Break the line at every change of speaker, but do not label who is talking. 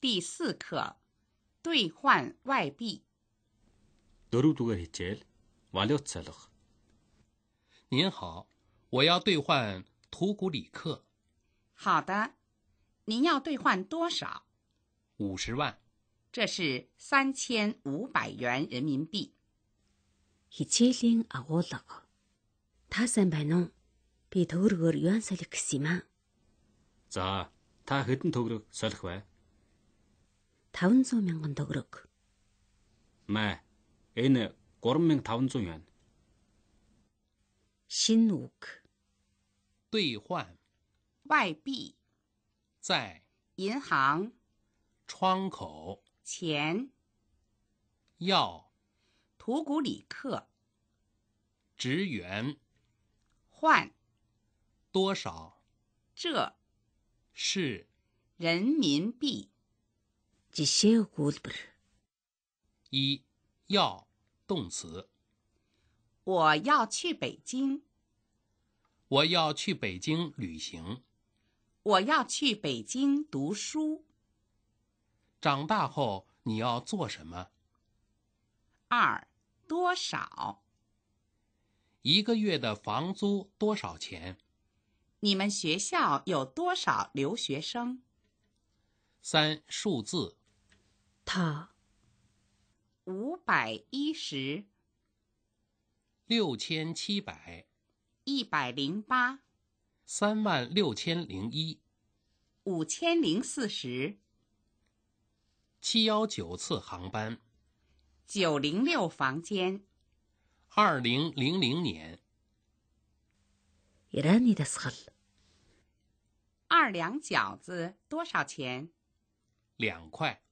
第四课：兑换外币。
дөрөвдүгээр хичээл валют салах
您好，我要兑换图古里克
好的，您要兑换多少？
五十万。
这是三千五百元人民币。
хичээлийн агуулга. Та сайн байна уу? Би төөргөөр юан солих гэсэн юм аа.
за та хэдэн төгрөг солих вэ
500 мянган төгрөг.
мэ энэ 3500 юань
Шинэ үг.
兑换
外币、
在
银行、
窗口
钱、
要
图古里克、
职员
换
多少
这
是
人民币。
Жишээ өгүүлбэр.
一要动词。
我要去北京，
我要去北京旅行，
我要去北京读书。
长大后你要做什么？
二多少？
一个月的房租多少钱？
你们学校有多少留学生？
三数字
Та
五百一十、
六千七百
一百零八、
三万六千零一
五千零四十、
七幺九次航班，
九零六房间。
二零零零年
Ираны дасгал.
二两饺子多少钱？
两块。